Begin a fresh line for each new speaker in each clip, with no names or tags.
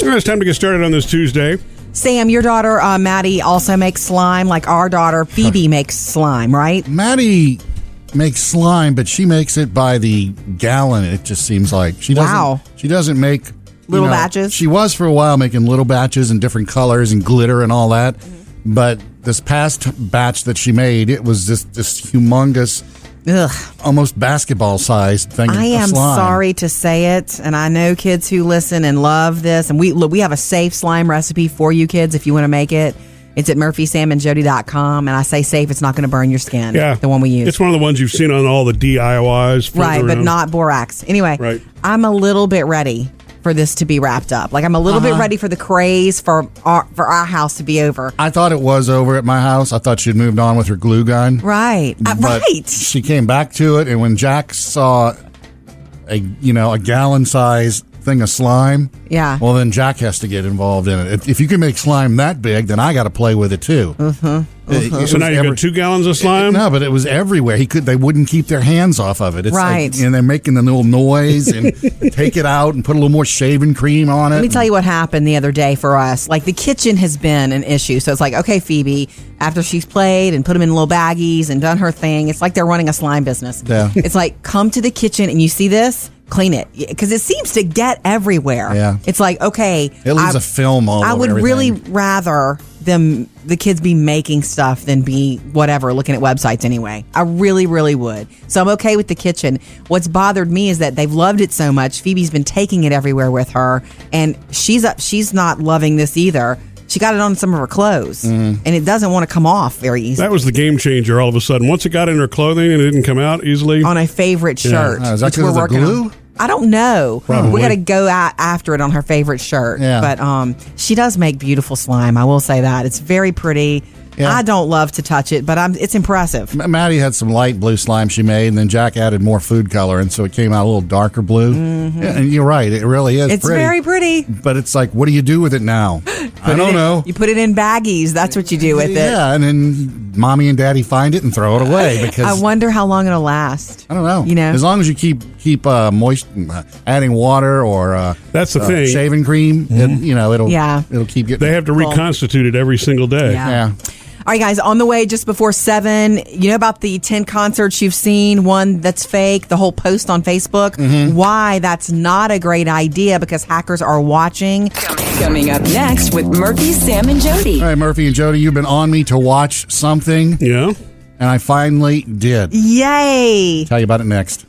All right, it's time to get started on this Tuesday.
Sam, your daughter uh, Maddie also makes slime, like our daughter Phoebe makes slime, right?
Maddie makes slime, but she makes it by the gallon. It just seems like she doesn't.
Wow.
She doesn't make you
Little batches?
She was for a while making little batches and different colors and glitter and all that,
Mm-hmm.
but this past batch that she made, it was just this humongous,
Ugh.
almost basketball sized thing.
I
of
am
slime.
sorry to say it, and I know kids who listen and love this, and we look, we have a safe slime recipe for you kids if you want to make it. It's at murphysamandjody.com, and I say safe, it's not going to burn your skin.
Yeah,
The one we use.
It's one of the ones you've seen on all the DIYs, floating
right, but
around.
not borax. Anyway,
Right.
I'm a little bit ready for this to be wrapped up. Like I'm a little
Uh-huh.
bit ready for the craze for our, for our house to be over.
I thought it was over at my house. I thought she'd moved on with her glue gun.
Right. Uh,
But
right.
She came back to it, and when Jack saw a you know a gallon size thing of slime,
Yeah.
Well, then Jack has to get involved in it. If, if you can make slime that big, then I got to play with it too. Mm-hmm.
Uh,
Uh-huh.
So now you've got two gallons of slime.
No, but it was everywhere. He could. They wouldn't keep their hands off of it. It's like-
Right.
and they're making the little noise and take it out and put a little more shaving cream on it.
Let me tell you what happened the other day for us. Like the kitchen has been an issue. So it's like, okay, Phoebe, after she's played and put them in little baggies and done her thing, it's like they're running a slime business.
Yeah.
It's like, come to the kitchen and you see this, clean it. Because it seems to get everywhere.
Yeah.
It's like, okay.
It leaves
a
a film all
I
over
would really
everything.
rather them, the kids be making stuff than be whatever, looking at websites anyway. I really, really would. So I'm okay with the kitchen. What's bothered me is that they've loved it so much. Phoebe's been taking it everywhere with her, and she's up. She's not loving this either. She got it on some of her clothes,
Mm-hmm.
and it doesn't want to come off very easily.
That was the game changer. All of a sudden, once it got in her clothing and it didn't come out easily.
on a favorite shirt,
Uh, is that
which
'cause
we're
of the
working
glue?
on. I don't know.
Probably.
We got to go out after it on her favorite shirt.
Yeah.
But um, she does make beautiful slime. I will say that it's very pretty.
Yeah.
I don't love to touch it, but I'm. It's impressive.
M- Maddie had some light blue slime she made, and then Jack added more food color, and so it came out a little darker blue. Yeah, and you're right, it really is.
Mm-hmm. It's
pretty.
very pretty.
But it's like, what do you do with it now? I don't know.
You put it in baggies. That's what you do with it.
Yeah, and then mommy and daddy find it and throw it away because
I wonder how long it'll last.
I don't know.
You know,
as long as you keep keep uh, moist, uh, adding water or uh,
That's the
uh,
thing. Mm-hmm.
shaving cream, and you know it'll
Yeah.
it'll keep getting
they have to reconstitute it every single day.
Yeah.
yeah.
All right, guys, on the way just before seven, you know about the 10 concerts you've seen, one that's fake, the whole post on Facebook,
Mm-hmm.
why that's not a great idea because hackers are watching.
Coming up next with Murphy, Sam, and Jody.
All right, Murphy and Jody, you've been on me to watch something, and
Yeah.
I finally did.
Yay!
Tell you about it next.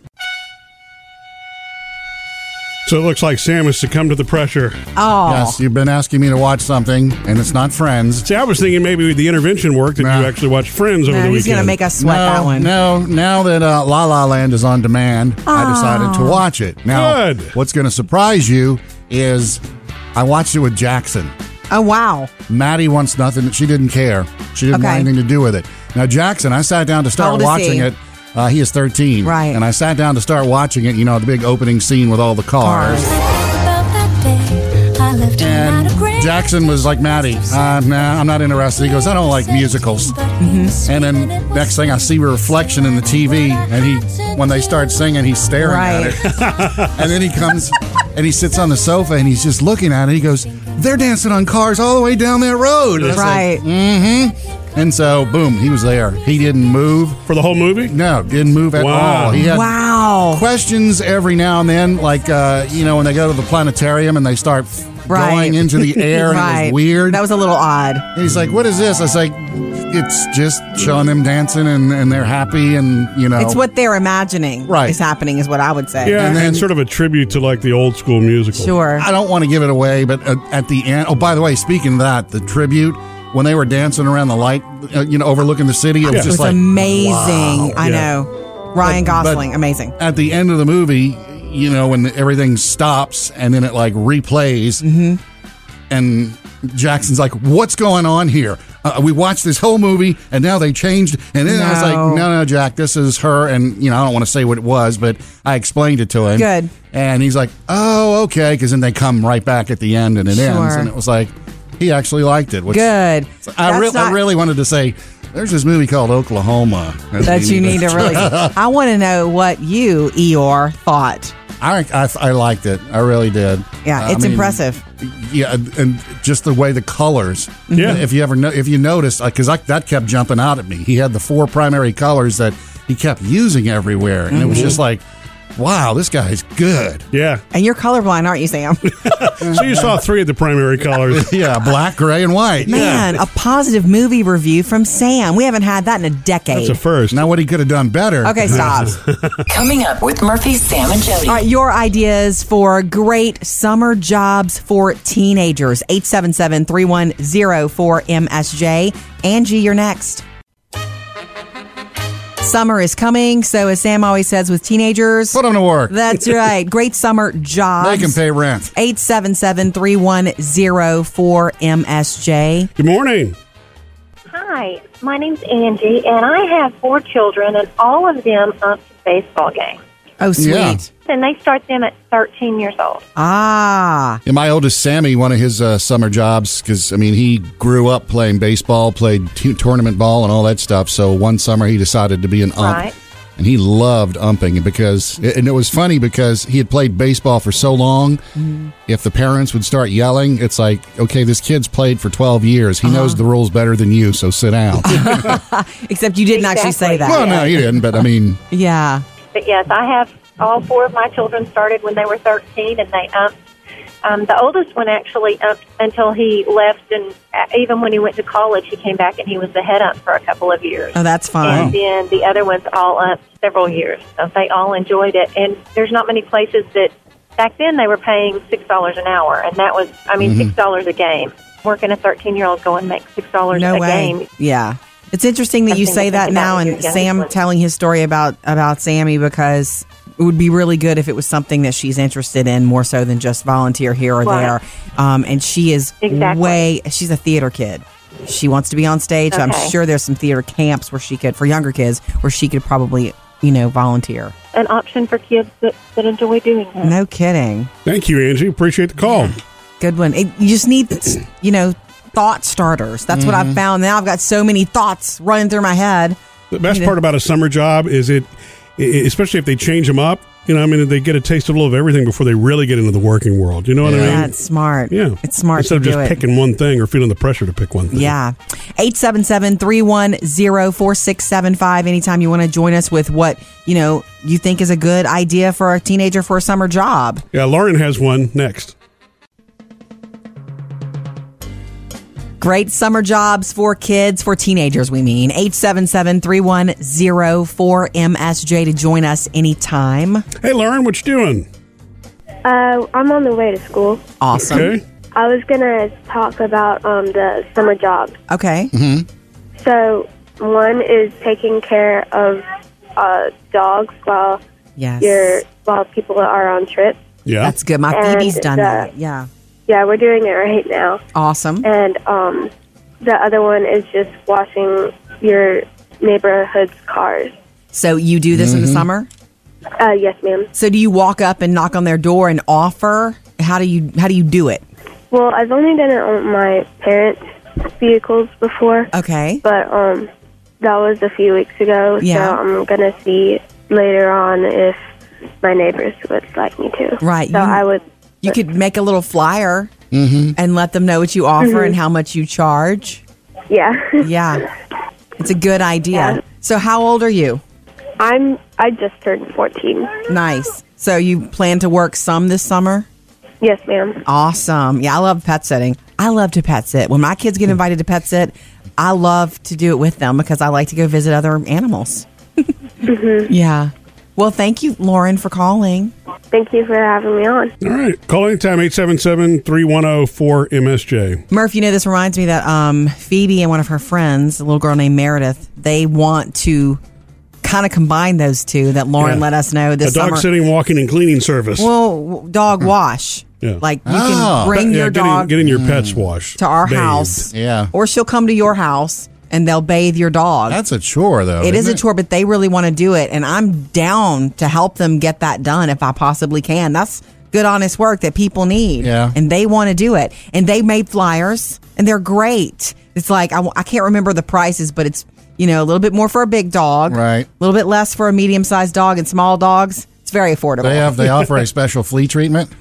So it looks like Sam has succumbed to the pressure.
Oh,
Yes, you've been asking me to watch something, and it's not Friends.
See, I was thinking maybe the intervention worked that you
Nah.
actually watched Friends over
man,
the
he's
weekend.
going to make us sweat
no,
that one.
No, now that uh, La La Land is on demand, I decided to watch it. Now,
Good.
what's going to surprise you is I watched it with Jackson.
Oh, wow.
Maddie wants nothing. She didn't care. She didn't
Okay.
want anything to do with it. Now, Jackson, I sat down to
How old
start
is
watching
he?
it. Uh, he is 13.
Right.
And I sat down to start watching it, you know, the big opening scene with all the cars.
Cars.
About that day, I left
And
him out of
Jackson was like, Maddie, uh, nah, I'm not interested. He goes, I don't like musicals. Mm-hmm. And then next thing I see a reflection in the TV, and he, when they start singing, he's staring
Right.
at it. and then he comes and he sits on the sofa and he's just looking at it. He goes, They're dancing on cars all the way down that road. And I said,
Right.
And so, boom, he was there. He didn't move.
For the whole movie?
No, didn't move at
Wow.
all. He had
Wow.
questions every now and then, like, uh, you know, when they go to the planetarium and they start
Right.
going into the air and it was
Right.
weird.
That was a little odd.
and he's like, what is this? I was like, it's just showing them dancing and, and they're happy and, you know.
It's what they're imagining
Right.
is happening, is what I would say.
Yeah, and,
And then-
sort of a tribute to like the old school musical.
Sure.
I don't want to give it away, but at, at the end. Oh, by the way, speaking of that, the tribute, when they were dancing around the light, uh, you know, overlooking the city, it was
Yeah.
just
it was
like,
amazing. I
Yeah.
know. Ryan
But- but-
Gosling, amazing.
at the end of the movie, you know, when everything stops and then it like replays,
Mm-hmm.
and Jackson's like, "What's going on here? Uh, we watched this whole movie, and now they changed." And then I was like,
No.
"No, no, Jack, this is her." And you know, I don't want to say what it was, but I explained it to him.
Good.
And he's like, "Oh, okay," because then they come right back at the end, and it ends,
Sure.
and it was like, he actually liked it. Which
Good.
I,
That's
re- I
not-
really wanted to say. There's this movie called Oklahoma
that you need to really. I want to know what you Eeyore thought
I, I, I liked it. I really did.
Yeah,
I
it's impressive.
Yeah, and- and just the way the colors.
Mm-hmm.
Yeah.
If you ever know, if you noticed, because that kept jumping out at me. He had the four primary colors that he kept using everywhere, and it
Mm-hmm.
was just like, wow, this guy's good.
Yeah.
And you're colorblind, aren't you, Sam?
So you saw three of the primary colors.
Yeah, black, gray, and white.
Man, a positive movie review from Sam. We haven't had that in a decade.
That's a first.
Now, what he could have done better.
okay, stop.
Coming up with Murphy, Sam, and Jody.
All right, your ideas for great summer jobs for teenagers. 877-310-4MSJ. Angie, you're next. Summer is coming, so as Sam always says with teenagers,
Put him to work.
that's right. Great summer
They
jobs.
can pay rent.
877-310-4MSJ.
Good morning.
Hi, my name's Angie, and I have four children, and all of them up to baseball games.
Oh, sweet.
Yeah.
And they start them at 13 years old.
Ah,
And my oldest Sammy, one of his uh, summer jobs, because I mean, he grew up playing baseball, played t- tournament ball, and all that stuff. So one summer he decided to be an ump,
Right.
and he loved umping because, and it was funny because he had played baseball for so long.
Mm-hmm.
If the parents would start yelling, it's like, okay, this kid's played for twelve years. He knows
Uh-huh.
the rules better than you, so sit down.
except you didn't actually say
Exactly.
that.
well, no, he didn't, but I mean,
Yeah.
But yes, I have all four of my children started when they were 13, and they upped. Um, the oldest one actually upped until he left, and uh, even when he went to college, he came back and he was the head up for a couple of years.
Oh, that's fun.
and then the other one's all up several years. So they all enjoyed it. And there's not many places that back then they were paying six dollars an hour, and that was I mean six dollars a game. Working a 13 year old going make six dollars
no
a
way.
game.
Yeah. It's interesting that you
Something to
say
think
that
about
now
with
and
your
Sam
youngest.
telling his story about about Sammy because it would be really good if it was something that she's interested in more so than just volunteer here or
Right.
there. Um, and she is
Exactly.
way she's a theater kid. She wants to be on stage. I'm
Okay.
sure there's some theater camps where she could for younger kids where she could probably, you know, volunteer.
An option for kids that, that enjoy doing that.
No kidding.
Thank you, Angie. Appreciate the call.
Good one. It, you just need, you know, thought starters. That's what I've found now. I've got so many thoughts running through my head.
The best part about a summer job is it, i- especially if they change them up. You know, I mean, they get a taste of a little of everything before they really get into the working world. You know what I mean?
That's smart.
Yeah,
It's smart
Instead
to
of
do
just
it.
picking one thing or feeling the pressure to pick one thing.
Yeah. 877-310-4675 anytime you want to join us with what, you know, you think is a good idea for a teenager for a summer job.
yeah. Lauren has one next.
Great summer jobs for kids, for teenagers, we mean. 877-310-4MSJ to join us anytime.
Hey, Lauren, what you doing?
Uh, I'm on the way to school.
Awesome.
Okay.
I was gonna talk about um, the summer jobs.
Okay.
So one is taking care of uh, dogs while
Yes.
you're while people are on trips.
Yeah.
That's good. My
And
Phoebe's done
the-
that. Yeah.
Yeah, we're doing it right now.
Awesome.
And um, the other one is just washing your neighborhood's cars.
So you do this in the summer?
Uh, yes, ma'am.
So do you walk up and knock on their door and offer? How do you how do you do it?
Well, I've only done it on my parents' vehicles before.
Okay.
but um that was a few weeks ago
Yeah.
so i'm gonna see later on if my neighbors would like me to
Right,
so
you-
i would
You could make a little flyer and let them know what you offer and how much you charge.
Mm-hmm. yeah
Yeah. It's a good idea. So how old are you?
i'm i just turned 14
Nice. So you plan to work some this summer?
yes ma'am
Awesome. Yeah, I love pet sitting. I love to pet sit. When my kids get invited to pet sit, I love to do it with them because I like to go visit other animals.
Mm-hmm.
Yeah. Well, thank you, Lauren, for calling.
thank you for having me on
All right. Call anytime 877 310 4MSJ.
Murph, you know, this reminds me that um, Phoebe and one of her friends, a little girl named Meredith, they want to kind of combine those two that Lauren
Yeah.
let us know
A
this
dog
summer.
sitting, walking, and cleaning service.
well, w- dog wash.
Yeah.
Like you
Oh. Mm.
can bring
Yeah,
your
getting,
dog
Getting your pets washed.
to our
bathed.
house.
Yeah.
Or she'll come to your house and they'll bathe your dog.
that's a chore, though.
it is
isn't
a chore, but they really want to do it. And I'm down to help them get that done if I possibly can. That's good, honest work that people need.
Yeah.
And they want to do it. And they made flyers and they're great. It's like, I, I can't remember the prices, but it's, you know, a little bit more for a big dog,
Right.
A little bit less for a medium sized dog and small dogs. It's very affordable.
They have they offer a special flea treatment.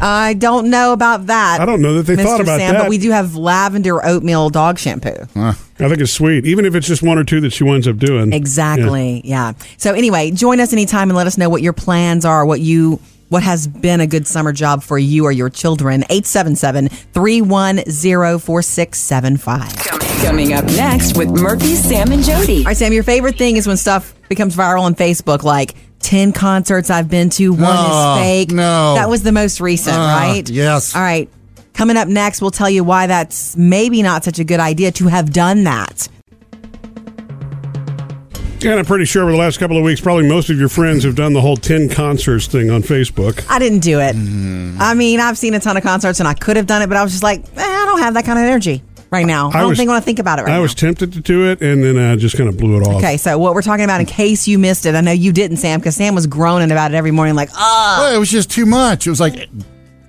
I don't know about that.
I don't know that they
Mr.
thought about
Sam,
that.
But we do have lavender oatmeal dog shampoo.
I think it's sweet, even if it's just one or two that she winds up doing.
Exactly. Yeah. So anyway, join us anytime and let us know what your plans are, what you what has been a good summer job for you or your children. 877-310-4675. All
Coming up next with Murphy, Sam, and Jody.
right, Sam, your favorite thing is when stuff becomes viral on Facebook like 10 concerts I've been to, one
Oh,
is fake.
no.
That was the most recent,
Ah,
right?
yes.
All right. Coming up next, we'll tell you why that's maybe not such a good idea to have done that.
And I'm pretty sure over the last couple of weeks, probably most of your friends have done the whole 10 concerts thing on Facebook. Mm-hmm.
I didn't do it. I mean, I've seen a ton of concerts and I could have done it, but I was just like, eh, I don't have that kind of energy right now. I, don't
was-
think I want to think about it right
I
now.
was tempted to do it, and then I just kind of blew it off.
okay, so what we're talking about, in case you missed it, I know you didn't, Sam, because Sam was groaning about it every morning, like, ah.
Well, it was just too much. It was like,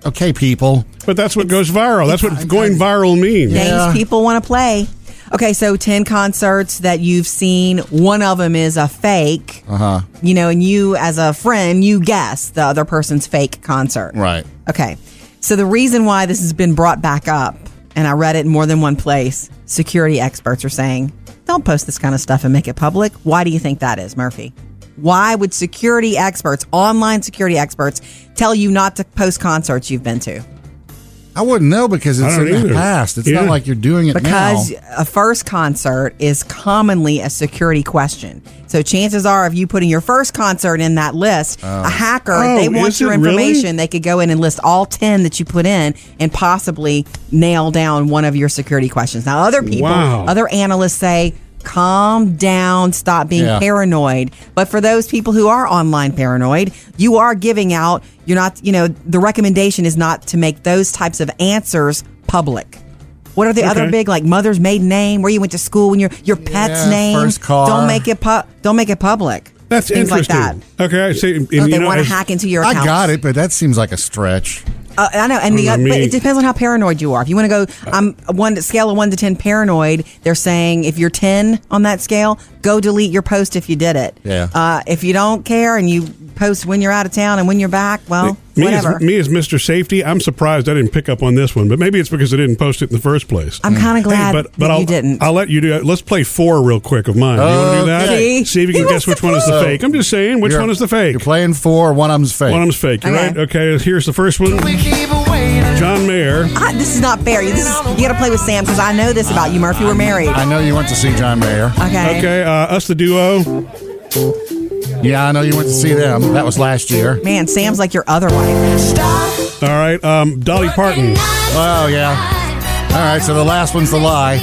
okay, people.
But that's what goes viral. That's what going viral means.
games
Yeah.
people want to play. Okay, so 10 concerts that you've seen, one of them is a fake. Uh-huh. You know, and you as a friend, you guess the other person's fake concert.
Right.
Okay. So the reason why this has been brought back up, and I read it in more than one place, security experts are saying, don't post this kind of stuff and make it public. Why do you think that is, Murphy? Why would security experts, online security experts, tell you not to post concerts you've been to?
I wouldn't know because
I
it's
don't
in the
either.
past. It's
Yeah.
not like you're doing it
because
now.
a first concert is commonly a security question. So chances are, if you put in your first concert in that list, a hacker if they
Oh,
want
is
your
it really?
information. They could go in and list all ten that you put in and possibly nail down one of your security questions. Now, other people,
Wow.
other analysts say. Calm down, stop being
Yeah.
paranoid. But for those people who are online paranoid, you are giving out, you're not, you know, the recommendation is not to make those types of answers public. What are the other
Okay.
big like mother's maiden name, where you went to school, and your your pet's
Yeah,
name?
first car.
Don't make it pu- Don't make it public.
That's
Things
interesting.
like that.
Okay, I see. and
Oh,
you
they
know,
want to
as-
hack into your
I
account.
got it, but that seems like a stretch.
Uh, I know, and the
know
other,
what I
but
mean?
it depends on how paranoid you are. If you want to go, I'm one scale of one to ten paranoid. They're saying if you're ten on that scale, go delete your post if you did it.
Yeah.
Uh, if you don't care and you post when you're out of town and when you're back, well,
Me
whatever.
as, me as Mr. Safety, I'm surprised I didn't pick up on this one, but maybe it's because I didn't post it in the first place.
I'm kinda glad that
I'll,
you didn't.
I'll let you do it. Let's play four real quick of mine. Uh, you want to do that?
Okay. See?
See if you
He
can
wants
guess
to
which one is the
play.
fake. I'm just saying, which
Oh, You're-
one is the fake?
You're playing four, one of them's fake.
One of them's fake,
Okay.
right? Okay, here's the first one. John Mayer.
Ah, this is not fair. This is, you got to play with Sam because I know this about you, Murphy. We're married.
I know you went to see John Mayer.
Okay.
Okay, uh, us the duo.
Yeah, I know you went to see them. That was last year.
Man, Sam's like your other wife.
All right, um, Dolly Parton.
Oh, yeah. All right, so the last one's the lie.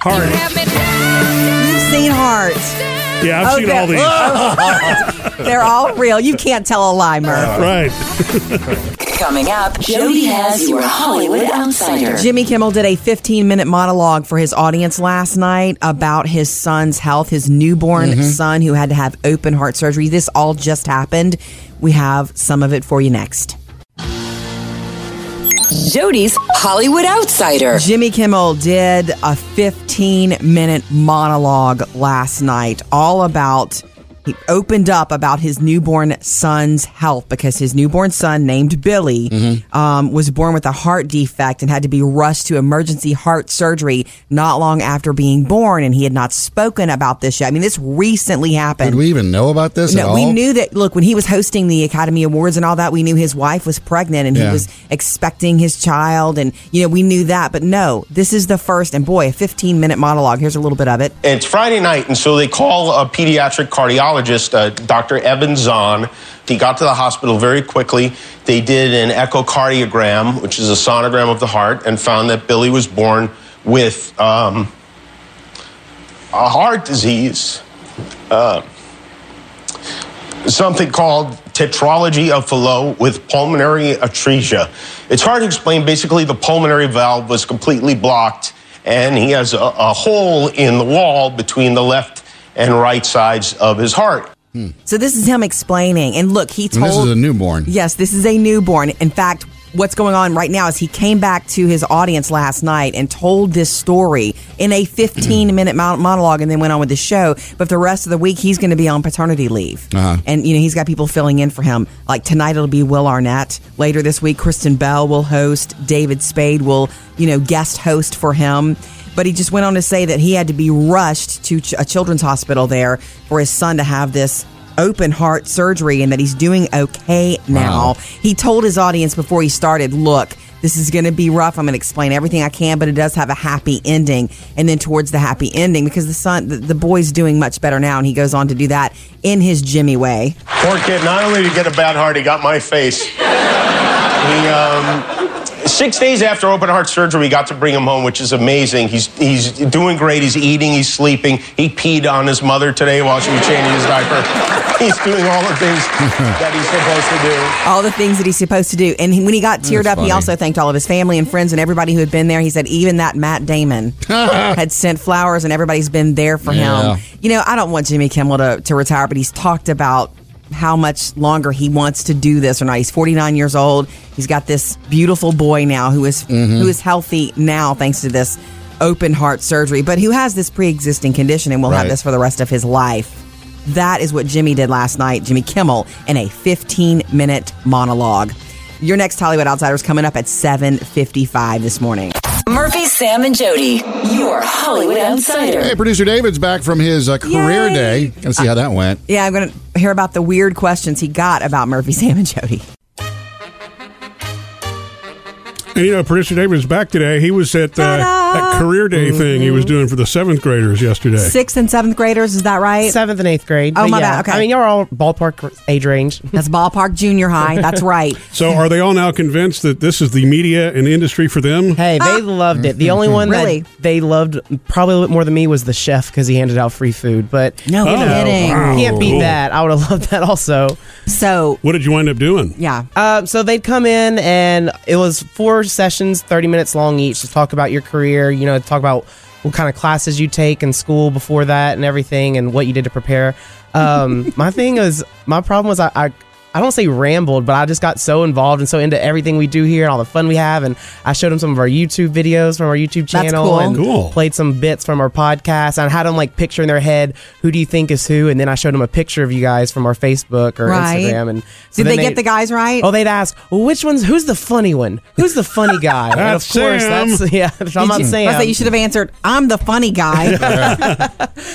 Hard.
You've seen hearts.
Yeah, I've
Oh,
seen
yeah.
all these.
They're all real. You can't tell a lie, Murph.
Right.
Coming up, Jody has your Hollywood Outsider.
Jimmy Kimmel did a 15 minute monologue for his audience last night about his son's health, his newborn son who had to have open heart surgery. This all just happened. We have some of it for you next.
Jody's Hollywood Outsider.
Jimmy Kimmel did a 15 minute monologue last night all about, he opened up about his newborn son's health because his newborn son, named Billy, um, was born with a heart defect and had to be rushed to emergency heart surgery not long after being born. And he had not spoken about this yet. I mean, this recently happened.
Did we even know about this at
No,
all?
we knew that. Look, when he was hosting the Academy Awards and all that, we knew his wife was pregnant and he
Yeah.
was expecting his child, and you know we knew that. But no, this is the first, and boy, a 15 minute monologue. Here's a little bit of it.
It's Friday night, and so they call a pediatric cardiologist, uh, Dr. Eben Zahn. He got to the hospital very quickly. They did an echocardiogram, which is a sonogram of the heart, and found that Billy was born with um, a heart disease, uh, something called tetralogy of Fallot with pulmonary atresia. It's hard to explain. Basically, the pulmonary valve was completely blocked, and he has a, a hole in the wall between the left and right sides of his heart.
So this is him explaining, and look, he
And
told
this is a newborn.
Yes, this is a newborn. In fact, what's going on right now is he came back to his audience last night and told this story in a 15 minute mon- monologue and then went on with the show. But the rest of the week, he's going to be on paternity leave.
Uh-huh.
And, you know, he's got people filling in for him. Like tonight, it'll be Will Arnett. Later this week, Kristen Bell will host. David Spade will, you know, guest host for him. But he just went on to say that he had to be rushed to ch- a children's hospital there for his son to have this open heart surgery and that he's doing okay now.
Wow.
He told his audience before he started, look, this is going to be rough. I'm going to explain everything I can, but it does have a happy ending. And then towards the happy ending, because the son, the, the boy's doing much better now, and he goes on to do that in his Jimmy way.
Poor kid, not only did he get a bad heart, he got my face. he, um, six days after open heart surgery, we got to bring him home, which is amazing. He's, he's doing great. He's eating, he's sleeping. He peed on his mother today while she was changing his diaper. he's doing all the things that he's supposed to do.
all the things that he's supposed to do. And he, when he got teared
That's
up,
funny.
he also thanked all of his family and friends and everybody who had been there. He said even that Matt Damon had sent flowers and everybody's been there for
Yeah.
him. You know, I don't want Jimmy Kimmel to, to retire, but he's talked about how much longer he wants to do this or not. He's 49 years old. He's got this beautiful boy now who is-
Mm-hmm.
who is healthy now thanks to this open heart surgery, but who has this pre-existing condition and will have
Right.
this for the rest of his life. That is what Jimmy did last night, Jimmy Kimmel, in a 15-minute monologue. Your next Hollywood Outsider is coming up at 7:55 this morning.
Murphy, Sam, and Jody, your Hollywood outsider.
Hey, producer David's back from his uh, career
Yay.
day. Gonna see how that went.
Yeah, I'm going to hear about the weird questions he got about Murphy, Sam, and Jody.
And you know, producer David is back today. He was at uh,
Ta-da!
that career day
Mm-hmm.
thing he was doing for the seventh graders yesterday.
Sixth and seventh graders, is that right?
Seventh and eighth grade.
Oh,
but
my
yeah.
bad. Okay.
I mean, y'all are all ballpark age range.
That's ballpark junior high. That's right.
So, are they all now convinced that this is the media and the industry for them?
Hey, they loved it. The only one
Ah. Mm-hmm. Really?
that they loved probably a little bit more than me was the chef because he handed out free food. But
No
Oh,
kidding.
wow.
can't beat
Cool.
that. I would have loved that also.
So,
What did you wind up doing?
yeah.
Uh, so they'd come in, and it was four sessions, 30 minutes long each, to talk about your career, you know, talk about what kind of classes you take in school before that and everything, and what you did to prepare. Um, my thing is, my problem was I, I, I don't say rambled, but I just got so involved and so into everything we do here and all the fun we have. And I showed them some of our YouTube videos from our YouTube
That's
channel
cool.
and
Cool.
played some bits from our podcast. And I had them like picture in their head, who do you think is who? And then I showed them a picture of you guys from our Facebook or
Right.
Instagram. And so
Did
then
they get the guys right?
Oh, they'd ask, well, which one's who's the funny one? Who's the funny guy? and of
That's
course,
Sam.
that's yeah. that's- I'm
Did
not
you-
saying
I thought you should have answered, I'm the funny guy.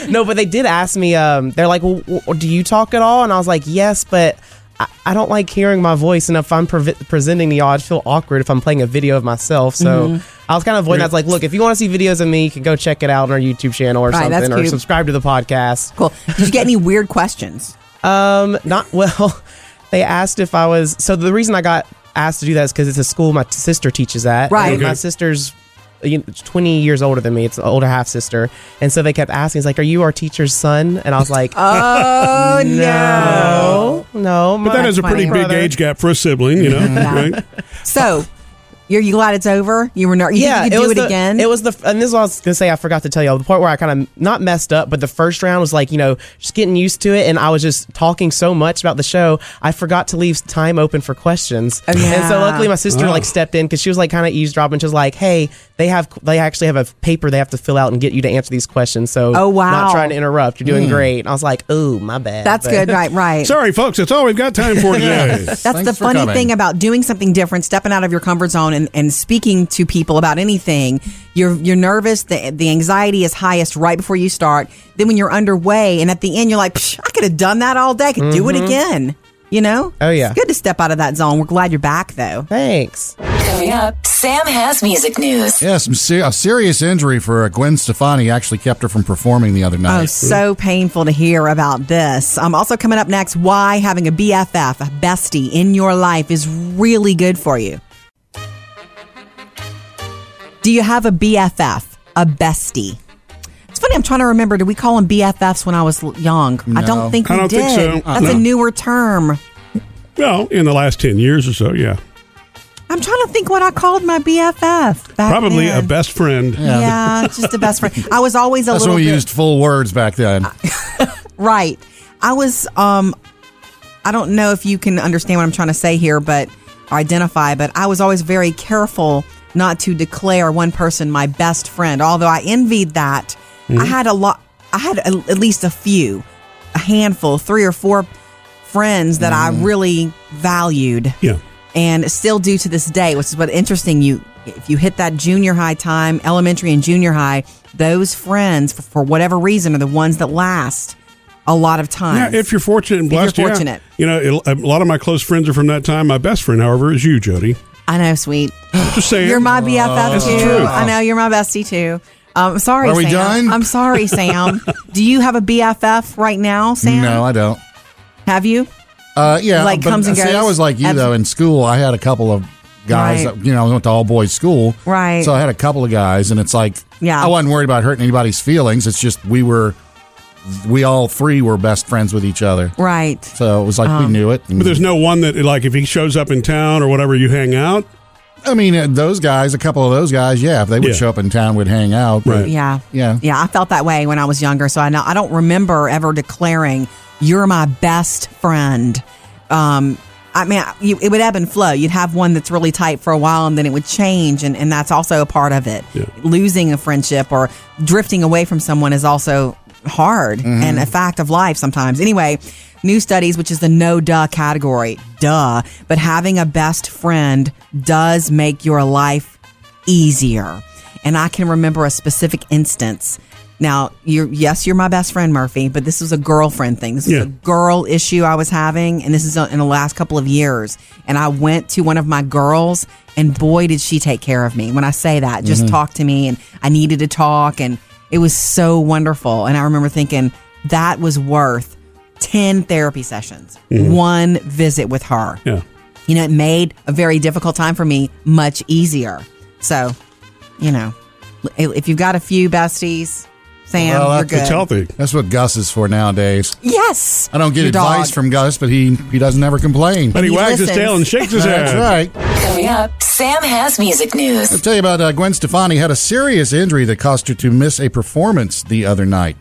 no, but they did ask me. Um, they're like, well, w- do you talk at all? And I was like, yes, but. I- I don't like hearing my voice, and if I'm pre- presenting to y'all, I'd feel awkward if I'm playing a video of myself. So
Mm-hmm.
I was kind of avoiding. That's like, look, if you want to see videos of me, you can go check it out on our YouTube channel or
Right, that's
something, or
cute.
subscribe to the podcast.
cool. Did you get any weird questions?
Um, not well. They asked if I was. So the reason I got asked to do that is because it's a school my t- sister teaches at.
Right.
And My
Okay.
sister's you know, 20 years older than me. It's an older half sister, and so they kept asking, "It's like, are you our teacher's son?" And I was like,
Oh,
"No, no."
But that
my
is a pretty
brother."
big age gap for a sibling, you know, right?
So, you're you glad it's over? You were not. You
Yeah,
think you could do
was
it
the,
again.
It was the and this is what I was gonna say. I forgot to tell y'all the part where I kind of not messed up, but the first round was like you know just getting used to it, and I was just talking so much about the show, I forgot to leave time open for questions.
Oh, yeah.
And so luckily my sister
Oh.
like stepped in because she was like kind of eavesdropping. She was like, "Hey, they have they actually have a paper they have to fill out and get you to answer these questions." So
Oh, wow.
not trying to interrupt. You're doing great. And I was like, "Oh, my bad."
That's
But-
good. Right. Right.
Mm. Sorry, folks, that's all we've got time for today.
That's the
Thanks for
funny
coming.
thing about doing something different, stepping out of your comfort zone and, and speaking to people about anything. You're you're nervous, the the anxiety is highest right before you start. Then when you're underway and at the end you're like, Psh, I could have done that all day, I could do
Mm-hmm.
it again. You know?
Oh, yeah.
It's good to step out of that zone. We're glad you're back though.
Thanks.
Coming up, Sam has music news.
Yeah, some ser- a serious injury for uh, Gwen Stefani actually kept her from performing the other
Oh,
night.
so painful to hear about this. Um, also coming up next, why having a BFF, a bestie in your life is really good for you. Do you have a BFF, a bestie? It's funny. I'm trying to remember. Did we call them BFFs when I was l- young? I don't
No.
think we
I don't
did.
think so.
That's a
No.
newer term.
well, in the last 10 years or so, yeah.
I'm trying to think what I called my BFF. Back
Probably
then.
a best friend.
Yeah, just a best friend. I was always a
That's when
little
we
bit-
used full words back then.
Right. I was um I don't know if you can understand what I'm trying to say here, but or identify, but I was always very careful not to declare one person my best friend. Although I envied that, I had a lot, I had a, at least a few, a handful, three or four friends that I really valued
Mm. Yeah.
and still do to this day, which is what interesting you if you hit that junior high time, elementary and junior high, those friends for, for whatever reason are the ones that last a lot of time.
Yeah, if you're fortunate and
If you're
blessed, yeah.
fortunate.
You know, a lot of my close friends are from that time. My best friend, however, is you, Jody.
I know, sweet.
Just saying.
You're my BFF
That's the
too.
truth.
I know you're my bestie too. Um, sorry,
Are we
Sam.
done?
I'm sorry, Sam. Do you have a BFF right now, Sam?
No, I don't.
Have you?
Uh, yeah,
Like,
but,
comes and
see,
goes.
I was like you
Abs-
though in school. I had a couple of guys.
Right.
That, you know, I went to all boys school,
Right.
So I had a couple of guys, and it's like,
Yeah.
I wasn't worried about hurting anybody's feelings. It's just we were, we all three were best friends with each other,
Right.
so it was like
Um,
we knew it.
But there's no one that, like, if he shows up in town or whatever, you hang out.
I mean, uh, those guys, a couple of those guys, yeah, if they would
Yeah.
show up in town, we'd hang out, but-
Right.
Yeah.
Yeah.
Yeah. I felt that way when I was younger. So I know I don't remember ever declaring, you're my best friend. Um, I mean, you, it would ebb and flow. You'd have one that's really tight for a while and then it would change. And, and that's also a part of it.
Yeah.
Losing a friendship or drifting away from someone is also hard and a fact of life sometimes. Anyway, new studies, which is the no duh category, duh, but having a best friend does make your life easier. And I can remember a specific instance. Now, you're yes, you're my best friend, Murphy, but this was a girlfriend thing. This was
Yeah.
a girl issue I was having, and this is in the last couple of years. And I went to one of my girls, and boy, did she take care of me. When I say that, just talk to me, and I needed to talk, and it was so wonderful. And I remember thinking that was worth ten therapy sessions,
Mm-hmm.
one visit with her
Yeah.
you know, it made a very difficult time for me much easier. So, you know, if you've got a few besties, Sam,
Well,
you're
that's-
good.
It's healthy.
That's what Gus is for nowadays.
yes,
I don't get
Your
advice
dog.
from Gus, but he he doesn't ever complain.
But he,
he
wags his
listens.
tail and shakes his head.
That's right.
Coming up, Sam has music
I'll
news.
tell you about uh, Gwen Stefani had a serious injury that caused her to miss a performance the other night.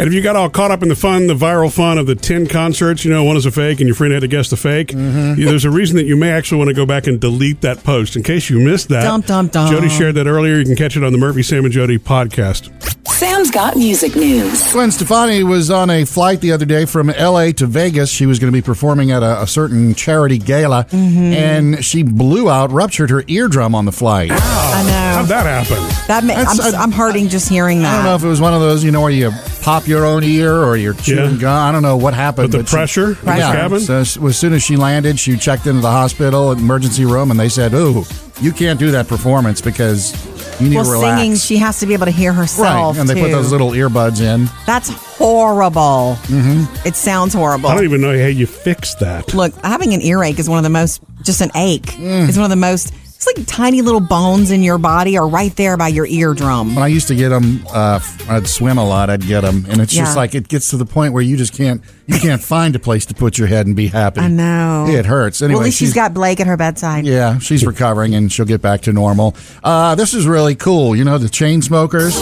And if you got all caught up in the fun, the viral fun of the 10 concerts, you know, one is a fake and your friend had to guess the fake,
Mm-hmm.
you- there's a reason that you may actually want to go back and delete that post in case you missed that.
Dum, dum, dum.
Jody shared that earlier. You can catch it on the Murphy, Sam, and Jody podcast.
Sam's got music news.
Gwen Stefani was on a flight the other day from L.A. to Vegas. She was going to be performing at a, a certain charity gala,
Mm-hmm.
and she blew out, ruptured her eardrum on the flight.
I know
How'd that happen?
that. Ma- I'm,
That's-
I, am hurting just hearing that.
I don't know if it was one of those, you know, where you pop your own ear or you're chewing
Yeah.
gum. I don't know what happened.
But the
she-
pressure in the cabin?
So as as soon as she landed, she checked into the hospital emergency room, and they said, "Ooh, you can't do that performance because you need
well,
to relax."
singing, she has to be able to hear
right,
herself.
and they put
too.
those little earbuds in.
That's horrible. It sounds horrible.
I don't even know how you fixed that.
Look, having an earache is one of the most, just an ache, is one of the most, it's like tiny little bones in your body are right there by your eardrum.
When I used to get them, uh, when I'd swim a lot. I'd get them, and it's
Yeah.
just like it gets to the point where you just can't you can't find a place to put your head and be happy.
I know.
it hurts. Anyway,
well, at least she's
she's-
got Blake at her bedside.
Yeah, she's recovering and she'll get back to normal. Uh, this is really cool. You know, the chain smokers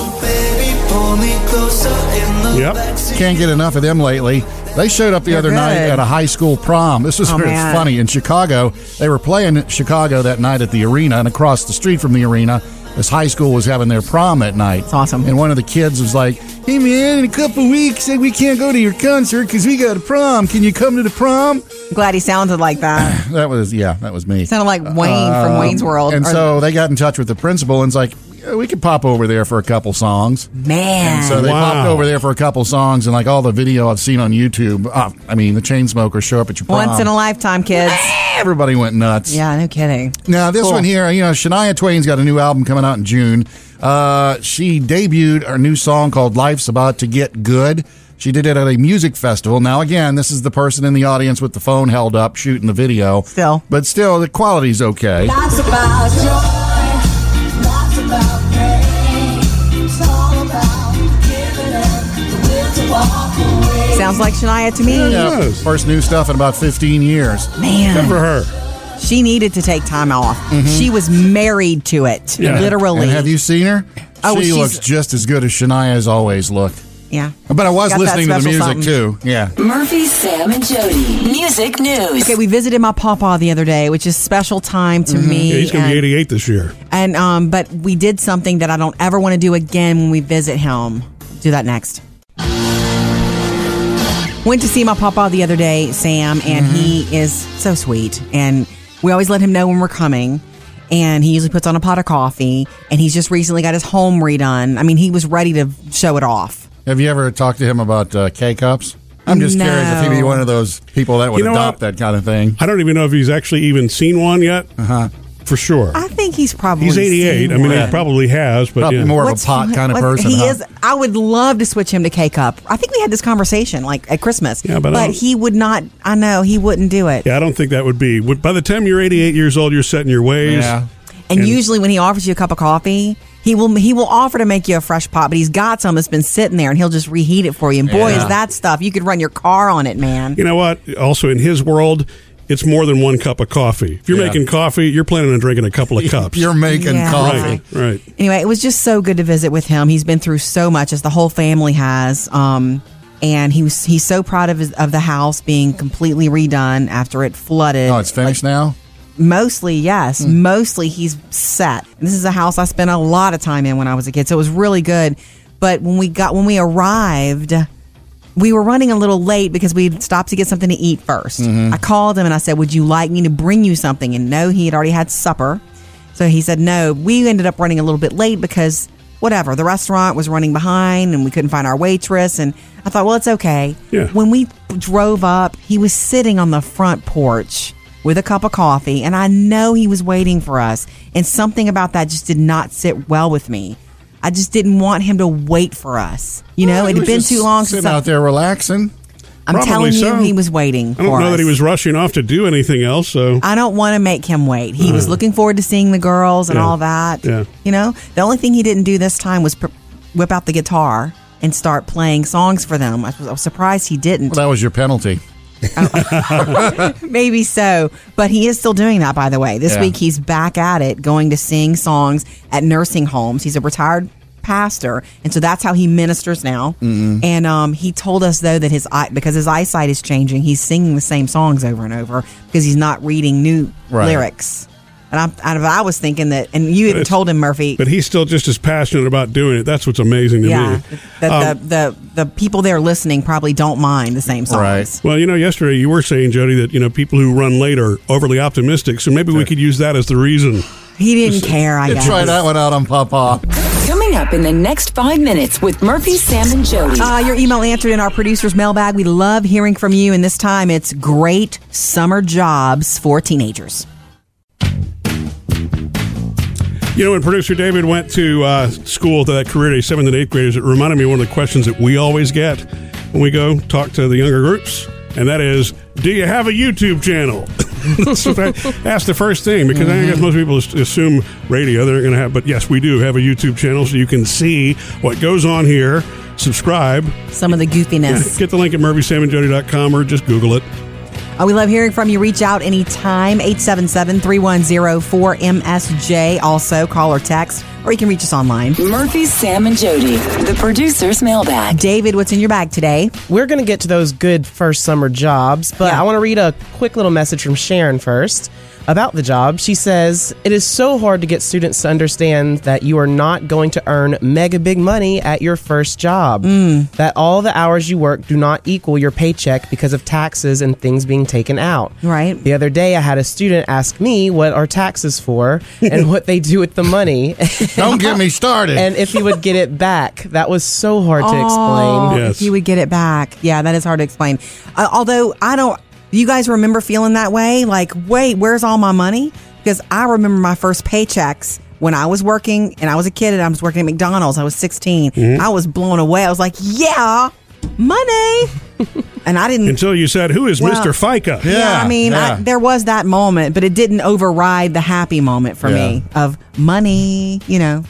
Yep.
can't get enough of them lately. They showed up the
They're
other
good.
night at a high school prom. This is
Oh,
where it's
man.
funny. In Chicago, they were playing at Chicago that night at the arena, and across the street from the arena, this high school was having their prom that night. It's
awesome.
And one of the kids was like, Hey, man, in a couple weeks, eh, we can't go to your concert because we got a prom. Can you come to the prom?
I'm glad he sounded like that.
That was, yeah, that was me.
sounded like Wayne from Wayne's World.
Uh, um, And
Or-
so they got in touch with the principal and's like, "Yeah, we could pop over there for a couple songs.
man,
So they
Wow.
popped over there for a couple songs, and like all the video I've seen on YouTube, uh, I mean, the chain smokers show up at your prom.
once in a lifetime, kids.
Everybody went nuts.
yeah, no kidding.
Now this
Cool.
one here, you know, Shania Twain's got a new album coming out in June. Uh, she debuted her new song called "Life's About to Get Good." She did it at a music festival. Now again, this is the person in the audience with the phone held up shooting the video.
Still.
but still, the quality's okay.
Lots about joy, lots about pain. It's all about giving up the will to walk away.
Sounds like Shania to me.
Yeah,
Yes.
first new stuff in about 15 years.
Good
Man,
for her. Mm-hmm.
she needed to take time off. She was married to it,
Yeah.
literally.
And have you seen her?
Oh,
she
she's-
looks just as good as Shania has always looked.
yeah.
But I was
Got that
listening to the
special
music
something.
too. Yeah.
Murphy, Sam, and Jody. Music news.
Okay, we visited my pawpaw the other day, which is special time to me.
Mm-hmm. Yeah, he's going to be
and-
88 this year.
And um, but we did something that I don't ever want to do again when we visit him. Do that next. Went to see my papa the other day, Sam, and
Mm-hmm.
he is so sweet. And we always let him know when we're coming. And he usually puts on a pot of coffee. And he's just recently got his home redone. I mean, he was ready to show it off.
Have you ever talked to him about uh, K cups? I'm just curious if he'd be
No.
one of those people that would
You know
adopt that kind of thing.
I don't even know if he's actually even seen one yet.
Uh-huh.
For sure.
I think he's probably
He's 88.
seen
I mean,
one.
he probably has, but
Probably
yeah.
more of
What's-
a pot kind of
what-
person.
He
huh?
is. I would love to switch him to K cup. I think we had this conversation like at Christmas.
Yeah, but I don't-
he would not. I know he wouldn't do it.
Yeah, I don't think that would be. would- By the time you're 88 years old, you're set in your ways.
Yeah.
And,
And-
usually, when he offers you a cup of coffee, he will he will offer to make you a fresh pot, but he's got some that's been sitting there, and he'll just reheat it for you. And boy,
Yeah.
is that stuff! You could run your car on it, man.
You know what? Also, in his world, it's more than one cup of coffee. If you're
Yeah.
making coffee, you're planning on drinking a couple of cups.
You're making
Yeah.
coffee.
right, right.
Anyway, it was just so good to visit with him. He's been through so much, as the whole family has. Um, and he was he's so proud of his, of the house being completely redone after it flooded.
Oh, it's finished now? Hmm.
Mostly, yes. Mostly, he's set. This is a house I spent a lot of time in when I was a kid, so it was really good. But when we got when we arrived, we were running a little late because we had stopped to get something to eat 1st
Mm-hmm.
Mm-hmm.
I called him and I said, "Would you like me to bring you something?" And no, he had already had supper, so he said no. We ended up running a little bit late because whatever the restaurant was running behind and we couldn't find our waitress. And I thought, well, it's okay.
Yeah.
When we drove up, he was sitting on the front porch with a cup of coffee, and I know he was waiting for us. And something about that just did not sit well with me. I just didn't want him to wait for us. You know,
He
it had
was
been
just
too long
Sitting
since I-
out there relaxing.
I'm
Probably
telling
so.
you, he was waiting.
I don't
for
know that he
us.
was rushing off to do anything else. So
I don't want to make him wait. He was looking forward to seeing the girls and
Yeah.
all that.
Yeah.
You know, the only thing he didn't do this time was pr- whip out the guitar and start playing songs for them. I was, I was surprised he didn't.
Well, that was your penalty.
Maybe so, but he is still doing that. By the way, this
Yeah.
week he's back at it, going to sing songs at nursing homes. He's a retired pastor, and so that's how he ministers now. And um, he told us though that his eye, because his eyesight is changing, he's singing the same songs over and over because he's not reading new
Right.
lyrics. And I'm, and I was thinking that, and you even
it's-
told him Murphy.
But he's still just as passionate about doing it. That's what's amazing to
yeah,
me.
that
Um,
the, the the people there listening probably don't mind the same songs.
Right.
well, you know, yesterday you were saying, Jody, that you know people who run late are overly optimistic. So maybe we could use that as the reason.
He didn't care. I
You
guess.
try that one out on Papa.
Coming up in the next five minutes with Murphy, Sam, and Jody.
Uh, your email answered in our producer's mailbag. We love hearing from you, and this time it's great summer jobs for teenagers.
You know, when producer David went to uh, school to that career day, seventh and eighth graders, it reminded me of one of the questions that we always get when we go talk to the younger groups, and that is, "Do you have a YouTube channel?" That's what I- That's the first thing because I
Mm-hmm.
guess most people as- assume radio they're going to have, but yes, we do have a YouTube channel, so you can see what goes on here. Subscribe.
Some of the goofiness.
Get the link at murphysamandjody.com or just Google it.
Uh, we love hearing from you. Reach out anytime, 877-310-4MSJ. Also, call or text, or you can reach us online.
Murphy, Sam, and Jody. The producer's mailbag.
David, what's in your bag today?
We're going to get to those good first summer jobs, but
Yeah.
I want to read a quick little message from Sharon first about the job. She says, It is so hard to get students to understand that you are not going to earn mega big money at your first job,
Mm.
that all the hours you work do not equal your paycheck because of taxes and things being taken out.
Right.
The other day, I had a student ask me what are taxes for and what they do with the money.
Don't get me started.
And if he would get it back, that was so hard to
Oh,
explain.
Yes.
if you would get it back. Yeah, that is hard to explain. Uh, although I don't, you guys remember feeling that way? Like, wait, where's all my money? Because I remember my first paychecks when I was working and I was a kid and I was working at McDonald's. I was 16. I was blown away. I was like, yeah, money. and I didn't.
Until you said, "Who is
Well,
Mr. FICA?"
yeah.
I mean,
yeah.
I, there was that moment, but it didn't override the happy moment for me of money, you know.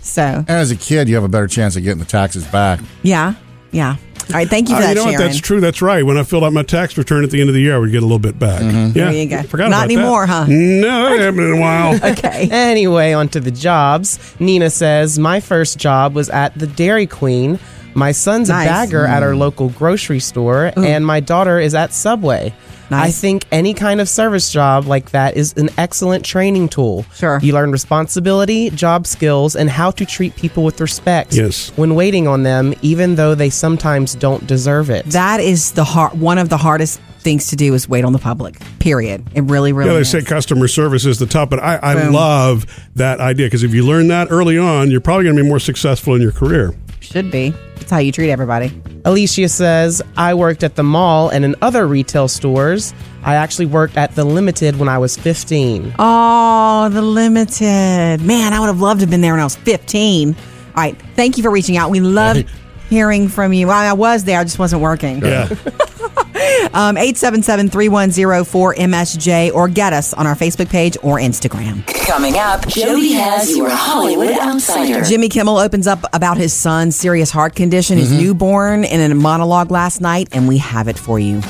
So,
And as a kid, you have a better chance of getting the taxes back.
yeah, yeah. All right, thank you
Uh,
for that,
you know
Sharon.
what? That's true. That's right. When I filled out my tax return at the end of the year, I would get a little bit back. Yeah,
Mm-hmm. There you go.
Forgot
Not
about that.
anymore, huh?
No, it happened in a while.
okay.
Anyway, on to the jobs. Nina says, My first job was at the Dairy Queen. My son's
Nice.
a bagger at our
Mm.
local grocery store, and my daughter is at Subway. I think any kind of service job like that is an excellent training tool. Sure. You learn responsibility, job skills, and how to treat people with respect
Yes.
when waiting on them, even though they sometimes don't deserve it.
That is the hard, one of the hardest things to do is wait on the public. Period. It really, really.
yeah, they
is.
say customer service is the top, but I, I
Boom.
love that idea because if you learn that early on, you're probably going to be more successful in your career.
Should be. That's how you treat everybody.
Alicia says, I worked at the mall and in other retail stores. I actually worked at The Limited when I was 15.
Oh, the limited. Man, I would have loved to have been there when I was 15. All right. Thank you for reaching out. We loved hearing from you. I, I was there, I just wasn't working.
Yeah.
um, 877-310-4MSJ or get us on our Facebook page or Instagram.
Coming up, Jody has your Hollywood Outsider.
Jimmy Kimmel opens up about his son's serious heart condition, his
Mhm.
newborn, in a monologue last night, and we have it for you.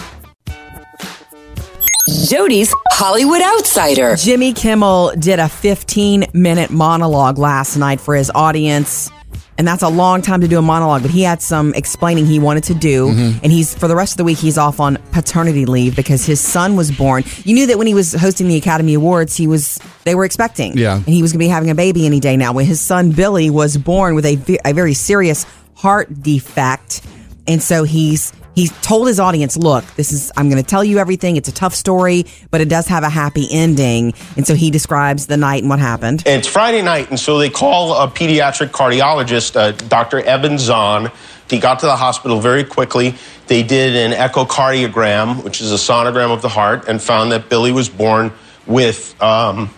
Jody's Hollywood Outsider.
Jimmy Kimmel did a 15 minute monologue last night for his audience. And that's a long time to do a monologue, but he had some explaining he wanted to do.
Mhm.
And he's, for the rest of the week, he's off on paternity leave because his son was born. You knew that when he was hosting the Academy Awards, he was, they were expecting.
Yeah.
And he was going to be having a baby any day now. When his son Billy was born with a, ve- a very serious heart defect, and so he's he's told his audience, "Look, this is I'm going to tell you everything. It's a tough story, but it does have a happy ending." And so he describes the night and what happened.
It's Friday night, and so they call a pediatric cardiologist, uh, Dr. Evan Zahn. He got to the hospital very quickly. They did an echocardiogram, which is a sonogram of the heart, and found that Billy was born with um,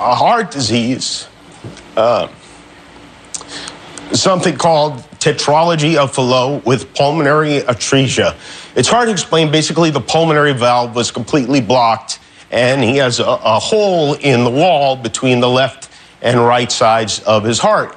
a heart disease, uh, something called tetralogy of Fallot with pulmonary atresia. It's hard to explain. Basically, the pulmonary valve was completely blocked, and he has a, a hole in the wall between the left and right sides of his heart.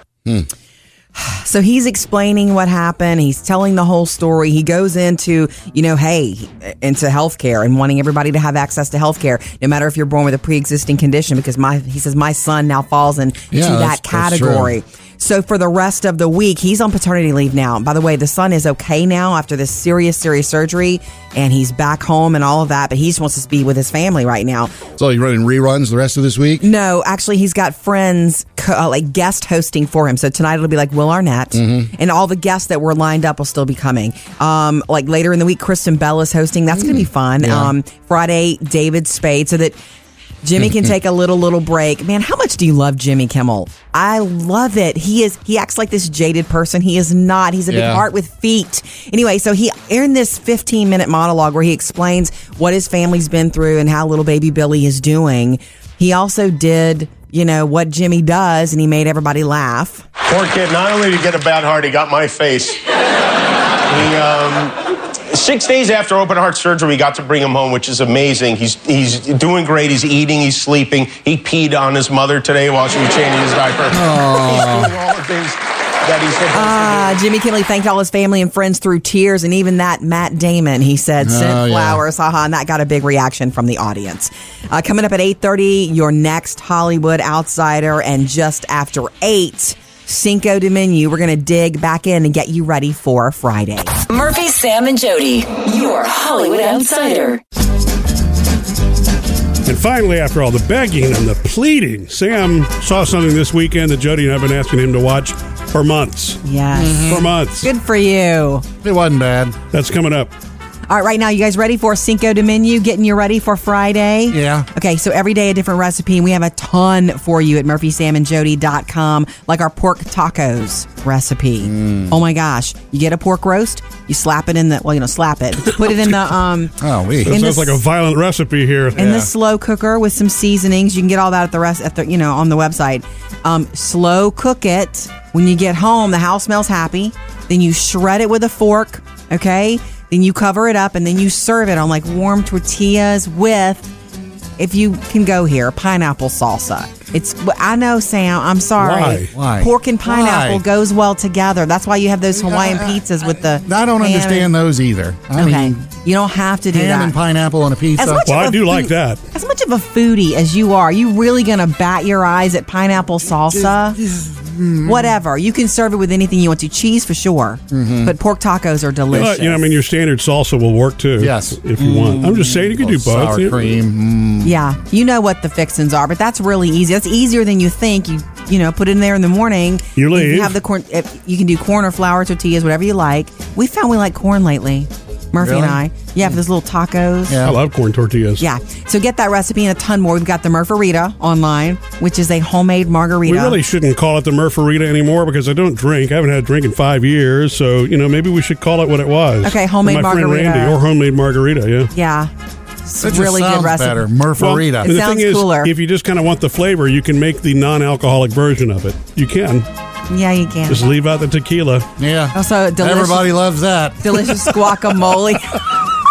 So he's explaining what happened. He's telling the whole story. He goes into, you know, hey, into healthcare and wanting everybody to have access to healthcare, no matter if you're born with a pre-existing condition. Because my, he says, my son now falls into
Yeah, that's-
that
that's true.
category. So for the rest of the week, he's on paternity leave now. By the way, the son is okay now after this serious, serious surgery, and he's back home and all of that. But he just wants to be with his family right now.
So you running reruns the rest of this week?
No, actually, he's got friends co- uh, like guest hosting for him. So tonight it'll be like Will Arnett,
Mhm.
and all the guests that were lined up will still be coming. Um, like later in the week, Kristen Bell is hosting. That's
Mm.
going to be fun.
Yeah.
Um, Friday, David Spade, so that Jimmy can take a little little break. Man, how much do you love Jimmy Kimmel? I love it. He is he acts like this jaded person. He is not. He's a big
Yeah.
heart with feet. Anyway, so he in this 15 minute monologue where he explains what his family's been through and how little baby Billy is doing. He also did, you know, what Jimmy does and he made everybody laugh.
Poor kid, not only did he get a bad heart, he got my face. he, um, six days after open heart surgery, we got to bring him home, which is amazing. He's, he's doing great. He's eating, he's sleeping. He peed on his mother today while she was changing his diaper. He's doing all the things that he's supposed to
Ah, Jimmy Kimmel thanked all his family and friends through tears, and even that Matt Damon, he said, sent
Oh, yeah.
flowers, haha, and that got a big reaction from the audience. Uh, coming up at eight thirty, your next Hollywood outsider, and just after eight, Cinco de Menu. We're gonna dig back in and get you ready for Friday.
Murphy, Sam, and Jody, your Hollywood Outsider.
And finally, after all the begging and the pleading, Sam saw something this weekend that Jody and I have been asking him to watch for months. Mm-hmm.
Yes. Mhm.
For months. Good
for you.
It wasn't bad. That's coming up.
All right, right now, you guys ready for Cinco de Menu? Getting you ready for Friday?
Yeah.
Okay, so every day a different recipe, and we have a ton for you at murphysamandjody.com, like our pork tacos recipe.
Mm.
Mm.
Oh my gosh. You get a pork roast, you slap it in the, well, you know, slap it, but you put it in the, um,
Oh,
we-
That
In
sounds
the-
like a violent recipe here.
in the slow cooker with some seasonings. You can get all that at the rest at the you know on the website. Um, slow cook it. When you get home, the house smells happy. Then you shred it with a fork. Okay. Then you cover it up and then you serve it on like warm tortillas with, if you can go here, pineapple salsa. It's I know, Sam. I'm sorry.
Why? Why?
Pork and pineapple
Why?
goes well together. That's why you have those Hawaiian
I-
pizzas with the.
I don't
ham
understand those either. I
Okay.
mean,
and- you don't have to do
ham
that.
and pineapple on a pizza.
As much Well, of I a do like food-
that.
as much of a foodie as you are, are you really gonna bat your eyes at pineapple salsa? Whatever. You can serve it with anything you want to. Cheese for sure,
Mm-hmm.
but pork tacos are delicious.
Well, you know, I mean, your standard salsa will work too.
Yes.
if you want. I'm just saying you can do both.
Sour
Yeah.
cream. mm.
Yeah, you know what the fixins are, but that's really easy. That's easier than you think. You you know, put it in there in the morning.
You leave.
You have the corn. eh, You can do corn or flour tortillas, whatever you like. We found we like corn lately, Murphy
Really?
and I. Yeah, for those little tacos.
Yeah.
I love corn tortillas.
Yeah. So get that recipe and a ton more. We've got the Murfarita online, which is a homemade margarita.
We really shouldn't call it the Murfarita anymore because I don't drink. I haven't had a drink in five years, so you know maybe we should call it what it was.
Okay, homemade
My
margarita.
friend Randy or homemade margarita. Yeah.
yeah. It's
That just
really
sounds
good recipe.
better.
Well,
Murfarita.
and the
sounds
thing is,
cooler.
if you just kind of want the flavor, you can make the non-alcoholic version of it. You can
Yeah, you can.
just leave out the tequila.
yeah.
Also, delicious-
Everybody loves that.
delicious guacamole.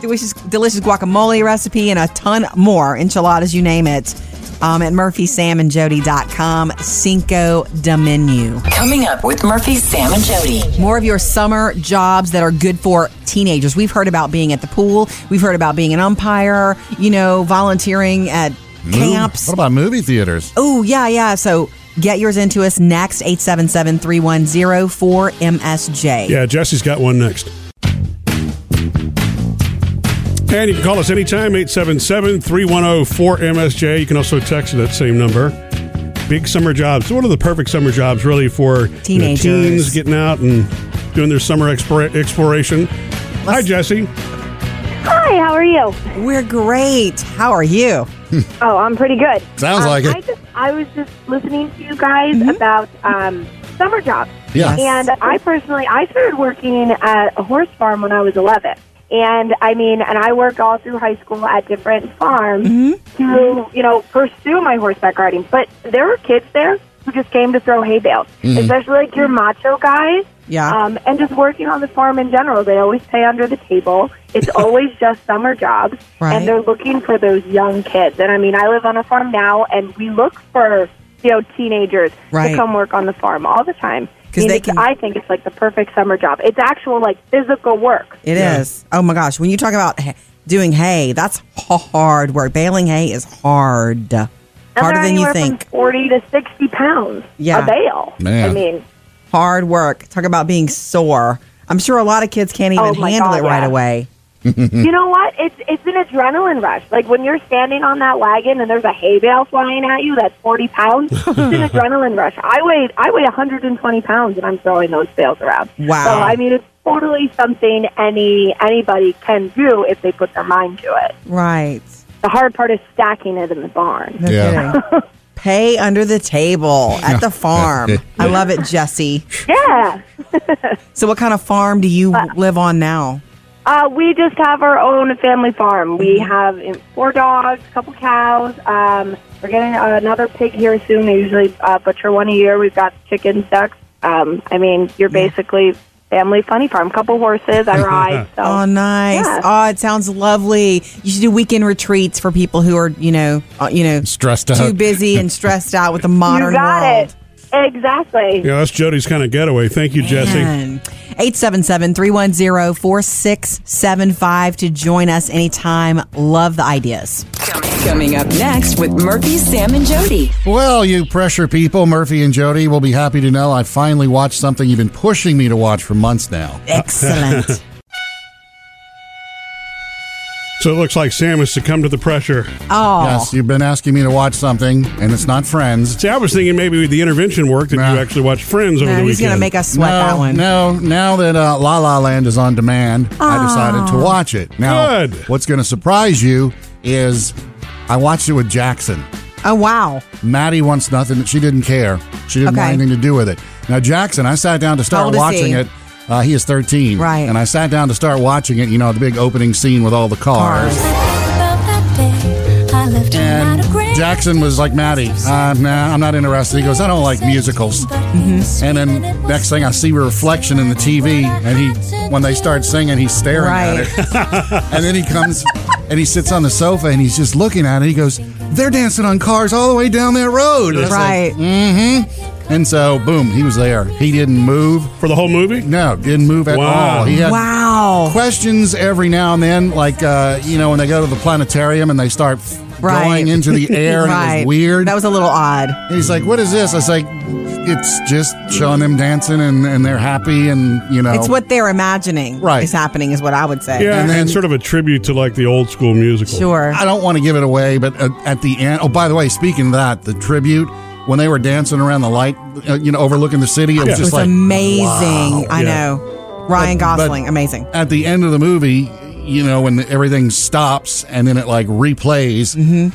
delicious, delicious guacamole recipe and a ton more enchiladas, you name it. Um, at murphysamandjody.com, Cinco de Menu.
Coming up with Murphy, Sam, and Jody.
More of your summer jobs that are good for teenagers. We've heard about being at the pool. We've heard about being an umpire, you know, volunteering at camps.
What about movie theaters?
Oh, yeah, yeah. So get yours into us next, 877 310 4MSJ.
Yeah, Jesse's got one next. And you can call us anytime, 877 310 4MSJ. You can also text that same number. Big summer jobs. So, what are the perfect summer jobs really for you know,
Teenagers.
teens getting out and doing their summer expor- exploration? Hi, Jesse.
Hi, how are you?
We're great. How are you?
Hmm.
Oh, I'm pretty good.
Sounds
Um,
like it.
I, just, I was just listening to you guys
Mm-hmm.
about um, summer jobs.
Yeah.
And I personally, I started working at a horse farm when I was 11. And I mean, and I worked all through high school at different farms
Mm-hmm.
to, you know, pursue my horseback riding. But there were kids there who just came to throw hay bales,
Mm-hmm.
especially like your macho guys.
Yeah.
Um, and just working on the farm in general. They always pay under the table. It's always just summer jobs.
Right.
And they're looking for those young kids. And I mean, I live on a farm now, and we look for, you know, teenagers
Right.
to come work on the farm all the time.
'Cause
And
they
it's-
can-
I think it's like the perfect summer job. It's actual like physical work.
It is. Oh my gosh. When you talk about ha- doing hay, that's h- hard work. Baling hay is hard.
And
Harder
they're
than you
anywhere
think.
From Forty to sixty pounds
Yeah.
a bale.
Man.
I mean,
Hard work. Talk about being sore. I'm sure a lot of kids can't even
Oh my
handle
God,
it right
yeah.
away. Hmm.
you know what? It's it's an adrenaline rush. Like when you're standing on that wagon and there's a hay bale flying at you that's forty pounds. it's an adrenaline rush. I weighed I weigh 120 pounds and I'm throwing those bales around.
Wow.
So I mean, it's totally something any anybody can do if they put their mind to it.
Right.
The hard part is stacking it in the barn.
No
Yeah.
kidding. Pay under the table at the farm. I love it, Jesse.
Yeah.
So, what kind of farm do you live on now?
Uh, we just have our own family farm. We have uh, four dogs, a couple cows. Um, we're getting another pig here soon. They usually uh, butcher one a year. We've got chickens, ducks. Um, I mean, you're basically family funny farm. Couple horses. I ride. So.
Oh, nice.
Yeah.
Oh, it sounds lovely. You should do weekend retreats for people who are, you know, uh, you know,
Stressed
too
out.
busy and stressed out with the modern
you got
world.
it. Exactly.
Yeah, that's Jody's kind of getaway. Thank you, Jesse.
877 310 4675 to join us anytime. Love the ideas.
Coming up next with Murphy, Sam, and Jody.
Well, you pressure people, Murphy and Jody will be happy to know I finally watched something you've been pushing me to watch for months now.
Excellent.
So it looks like Sam has succumbed to the pressure.
oh,
Yes, you've been asking me to watch something, and it's not Friends.
See, I was thinking maybe with the intervention work that
Nah.
you actually watch Friends over
no,
the
he's
weekend.
going to make us sweat
no,
that one.
No, now that uh, La La Land is on demand, I decided to watch it. Now,
Good.
what's going to surprise you is I watched it with Jackson.
Oh, wow.
Maddie wants nothing. She didn't care. She didn't
Okay.
want anything to do with it. Now, Jackson, I sat down to
old
start
is
watching
he?
it. Uh, he is 13.
Right.
And I sat down to start watching it, you know, the big opening scene with all the cars.
Cars.
About that day, I left you out
And
of grace.
Jackson was like, Maddie, uh, nah, I'm not interested. He goes, I don't like musicals.
Mm-hmm.
And then next thing I see a reflection in the TV, and he, when they start singing, he's staring
Right.
at it. and then he comes and he sits on the sofa and he's just looking at it. He goes, they're dancing on cars all the way down that road. And I was like,
Right.
and so, boom, he was there. He didn't move.
for the whole movie.
No, didn't move at
Wow.
all. He had
Wow.
questions every now and then, like, uh, you know, when they go to the planetarium and they start
Right.
going into the air and it was weird.
That was a little odd.
And he's like, what is this? I was like, it's just showing them dancing and, and they're happy and, you know.
It's what they're imagining
Right.
is happening, is what I would say.
Yeah, and,
then-
sort of a tribute to like the old school musical.
Sure.
I don't want to give it away, but uh, at the end. Oh, by the way, speaking of that, the tribute when they were dancing around the light, uh, you know, overlooking the city, it was
Yeah.
It was
just like
amazing.
wow.
I
Yeah.
know. Ryan
But-
Gosling, amazing.
At the end of the movie, you know, when everything stops and then it like replays,
Mm-hmm.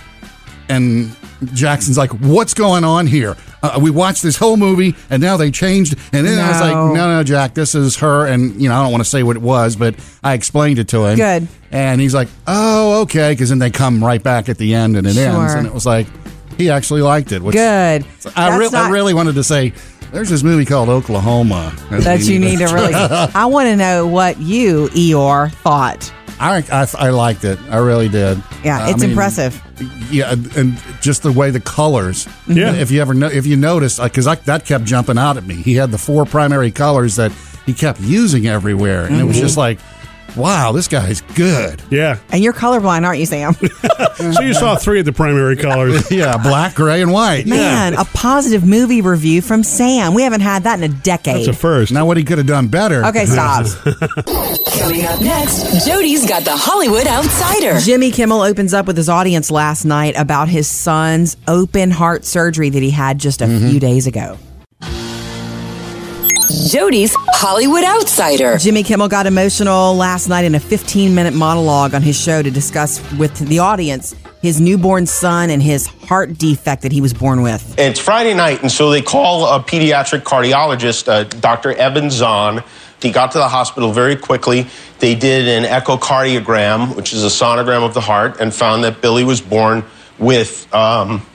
and Jackson's like, "What's going on here? Uh, we watched this whole movie, and now they changed." And then I was like,
No.
"No, no, Jack, this is her." And you know, I don't want to say what it was, but I explained it to him.
Good.
And he's like, "Oh, okay," because then they come right back at the end, and it ends,
Sure.
and it was like, he actually liked it. Which
Good.
I,
That's
re- I
not-
really wanted to say. There's this movie called Oklahoma
that you need to really. I want to know what you, Eeyore, thought.
I, I, I liked it. I really did.
Yeah,
I
it's
mean,
impressive.
Yeah, and- and just the way the colors.
Yeah.
If you ever know, if you noticed, because I that kept jumping out at me. He had the four primary colors that he kept using everywhere, and it was just like, wow, this guy's good.
Mm-hmm. Yeah.
And you're colorblind, aren't you, Sam?
So you saw three of the primary colors.
Yeah, black, gray, and white.
Man,
Yeah.
a positive movie review from Sam. We haven't had that in a
That's
decade.
a first.
Now, what he could have done better.
okay, stop.
Coming up next, Jody's got the Hollywood Outsider.
Jimmy Kimmel opens up with his audience last night about his son's open heart surgery that he had just a few days ago.
Jody's Hollywood Outsider.
Jimmy Kimmel got emotional last night in a 15 minute monologue on his show to discuss with the audience his newborn son and his heart defect that he was born with.
It's Friday night, and so they call a pediatric cardiologist, uh, Dr. Eben Zahn. He got to the hospital very quickly. They did an echocardiogram, which is a sonogram of the heart, and found that Billy was born with um,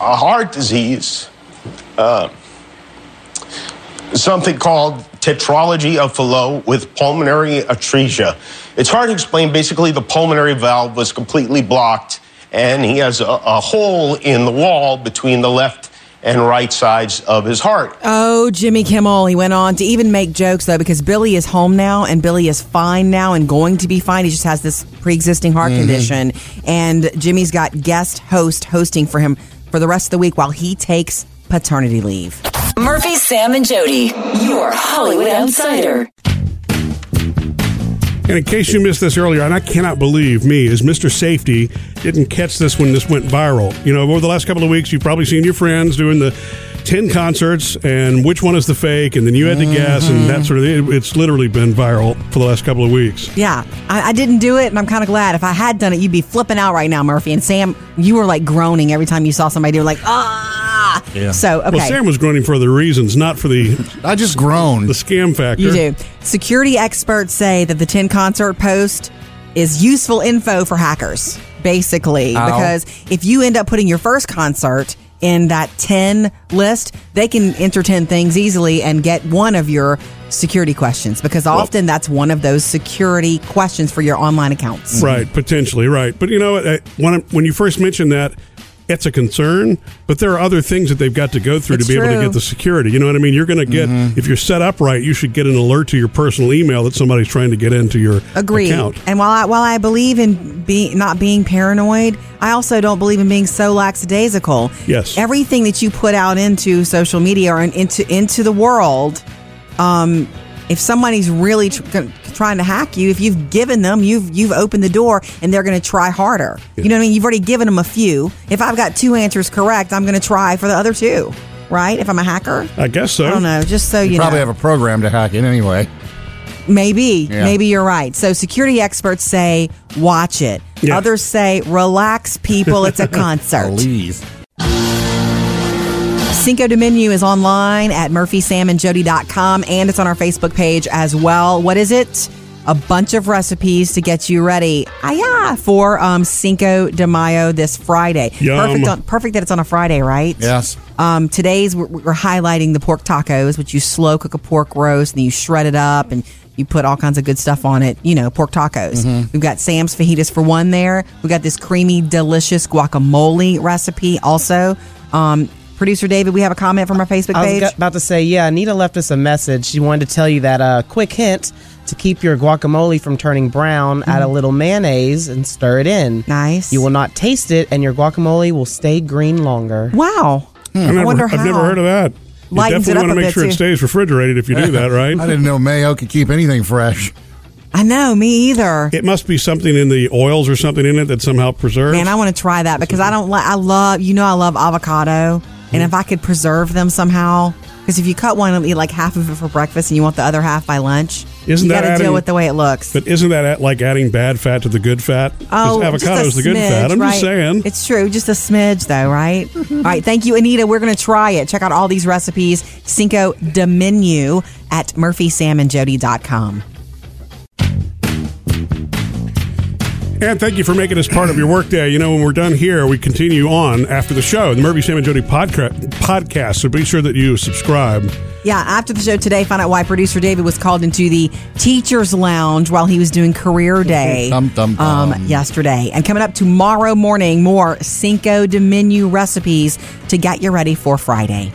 a heart disease, Um, uh, something called tetralogy of Fallot with pulmonary atresia. It's hard to explain. Basically, the pulmonary valve was completely blocked, and he has a, a hole in the wall between the left and right sides of his heart.
Oh, Jimmy Kimmel. He went on to even make jokes, though, because Billy is home now and Billy is fine now and going to be fine. He just has this pre existing heart condition. And Jimmy's got guest host hosting for him for the rest of the week while he takes paternity leave.
Murphy, Sam, and Jody, your Hollywood Outsider.
And in case you missed this earlier, and I cannot believe me, is Mr. Safety didn't catch this when this went viral. You know, over the last couple of weeks, you've probably seen your friends doing the 10 concerts and which one is the fake, and then you had to guess, and that sort of thing. It's literally been viral for the last couple of weeks.
Yeah, I, I didn't do it, and I'm kind of glad. If I had done it, you'd be flipping out right now, Murphy. And Sam, you were like groaning every time you saw somebody do it, like, ah.
Yeah.
So, okay.
Well, Sam was groaning for other reasons, not for the,
I just
the
groaned.
scam factor.
You do. Security experts say that the 10 concert post is useful info for hackers, basically,
Ow.
because if you end up putting your first concert in that 10 list, they can enter 10 things easily and get one of your security questions because often that's one of those security questions for your online accounts.
Right, potentially, right. But you know, what, I- when, I- when you first mentioned that, it's a concern, but there are other things that they've got to go through
It's
to be able
true. Mm-hmm.
to get the security. You know what I mean? You're going to get, if you're set up right, you should get an alert to your personal email that somebody's trying to get into your
Agreed.
account.
And while I, while I believe in be, not being paranoid, I also don't believe in being so lackadaisical.
Yes.
Everything that you put out into social media or in- into into the world, um, if somebody's really tr- gonna- trying to hack you, if you've given them, you've you've opened the door, and they're going to try harder. You know what I mean? You've already given them a few. If I've got two answers correct, I'm going to try for the other two. Right? If I'm a hacker,
I guess so.
I don't know. Just so you, know.
Probably have a program to hack it anyway.
Maybe.
Yeah.
Maybe you're right. So security experts say watch it.
Yeah.
Others say relax people, it's a concert.
Please.
Cinco de Menu is online at murphysamandjody.com and it's on our Facebook page as well. What is it? A bunch of recipes to get you ready. Ah, yeah, for um, Cinco de Mayo this Friday.
Yum.
Perfect, on, perfect that it's on a Friday, right?
Yes.
Um, today's we're, we're highlighting the pork tacos, which you slow cook a pork roast and you shred it up and You put all kinds of good stuff on it. You know, pork tacos.
Mm-hmm.
We've got Sam's fajitas for one there. We've got this creamy, delicious guacamole recipe also. Um, Producer David, we have a comment from our Facebook
I was
page.
go- about to say, yeah, Anita left us a message. She wanted to tell you that uh, quick hint to keep your guacamole from turning brown, add a little mayonnaise and stir it in.
Mm-hmm. Nice.
You will not taste it, and your guacamole will stay green longer.
wow.
Hmm. I've never,
I wonder
I've
how.
never heard of that. You
Lightens it
definitely
up
want
a
to make
bit,
sure it
too.
stays refrigerated if you do that, right?
I didn't know mayo could keep anything fresh.
I know, me either.
It must be something in the oils or something in it that somehow preserves.
Man, I want to try that because I don't like. I love you know I love avocado, and
Mm-hmm.
if I could preserve them somehow, because if you cut one and eat like half of it for breakfast and you want the other half by lunch,
Isn't
you got
that
to
adding-
deal with the way it looks. Oh,
but isn't that at- like adding bad fat to the good fat? 'Cause
just a
avocado's the good
smidge,
fat. I'm
right?
just saying.
It's true, just a smidge though, right? all right, thank you, Anita. We're gonna try it. Check out all these recipes. Cinco de menu at murphysamandjody.com.
And thank you for making us part of your workday. You know, when we're done here, we continue on after the show, the Murphy, Sam, and Jody podca- podcast. So be sure that you subscribe.
Yeah, after the show today, find out why producer David was called into the teacher's lounge while he was doing career day
Dum, dum, dum.
Um, yesterday. And coming up tomorrow morning, more Cinco de Menu recipes to get you ready for Friday.